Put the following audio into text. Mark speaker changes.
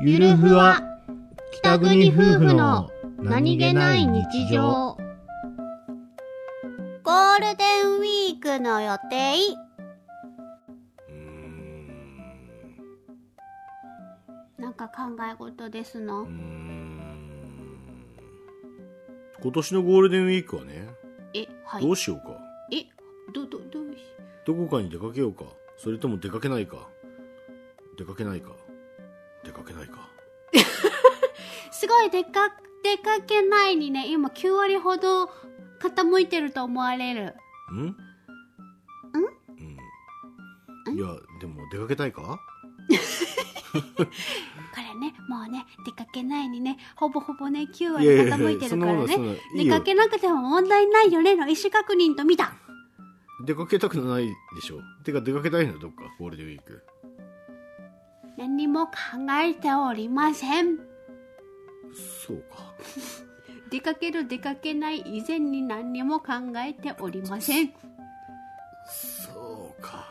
Speaker 1: ゆるふわ北国夫婦の
Speaker 2: ゴールデンウィークの予定
Speaker 1: うーん
Speaker 2: なんか考え事です
Speaker 1: う
Speaker 2: の
Speaker 1: ーん今年のゴールデンウィークはね、
Speaker 2: えはい
Speaker 1: どうしようか
Speaker 2: えどどどうし
Speaker 1: どこかに出かけようかそれとも出かけないか出かけないか出かけないか
Speaker 2: すごい出か出かけないにね今9割ほど傾いてると思われる
Speaker 1: んんうんいやでも出かけたいか
Speaker 2: これねもうね出かけないにねほぼほぼね9
Speaker 1: い
Speaker 2: 割
Speaker 1: やいやいや
Speaker 2: 傾いて
Speaker 1: そ
Speaker 2: る
Speaker 1: ん
Speaker 2: か
Speaker 1: な
Speaker 2: ら
Speaker 1: もの
Speaker 2: ね
Speaker 1: そんなのいい
Speaker 2: 出
Speaker 1: よ
Speaker 2: かけなくても問題ないよねの意思確認と見た
Speaker 1: 出かけたくないでしょてか出かけたいのどっかゴールデンウィーク
Speaker 2: 何も考えておりません
Speaker 1: そうか
Speaker 2: 出かける出かけない以前に何にも考えておりません
Speaker 1: そうか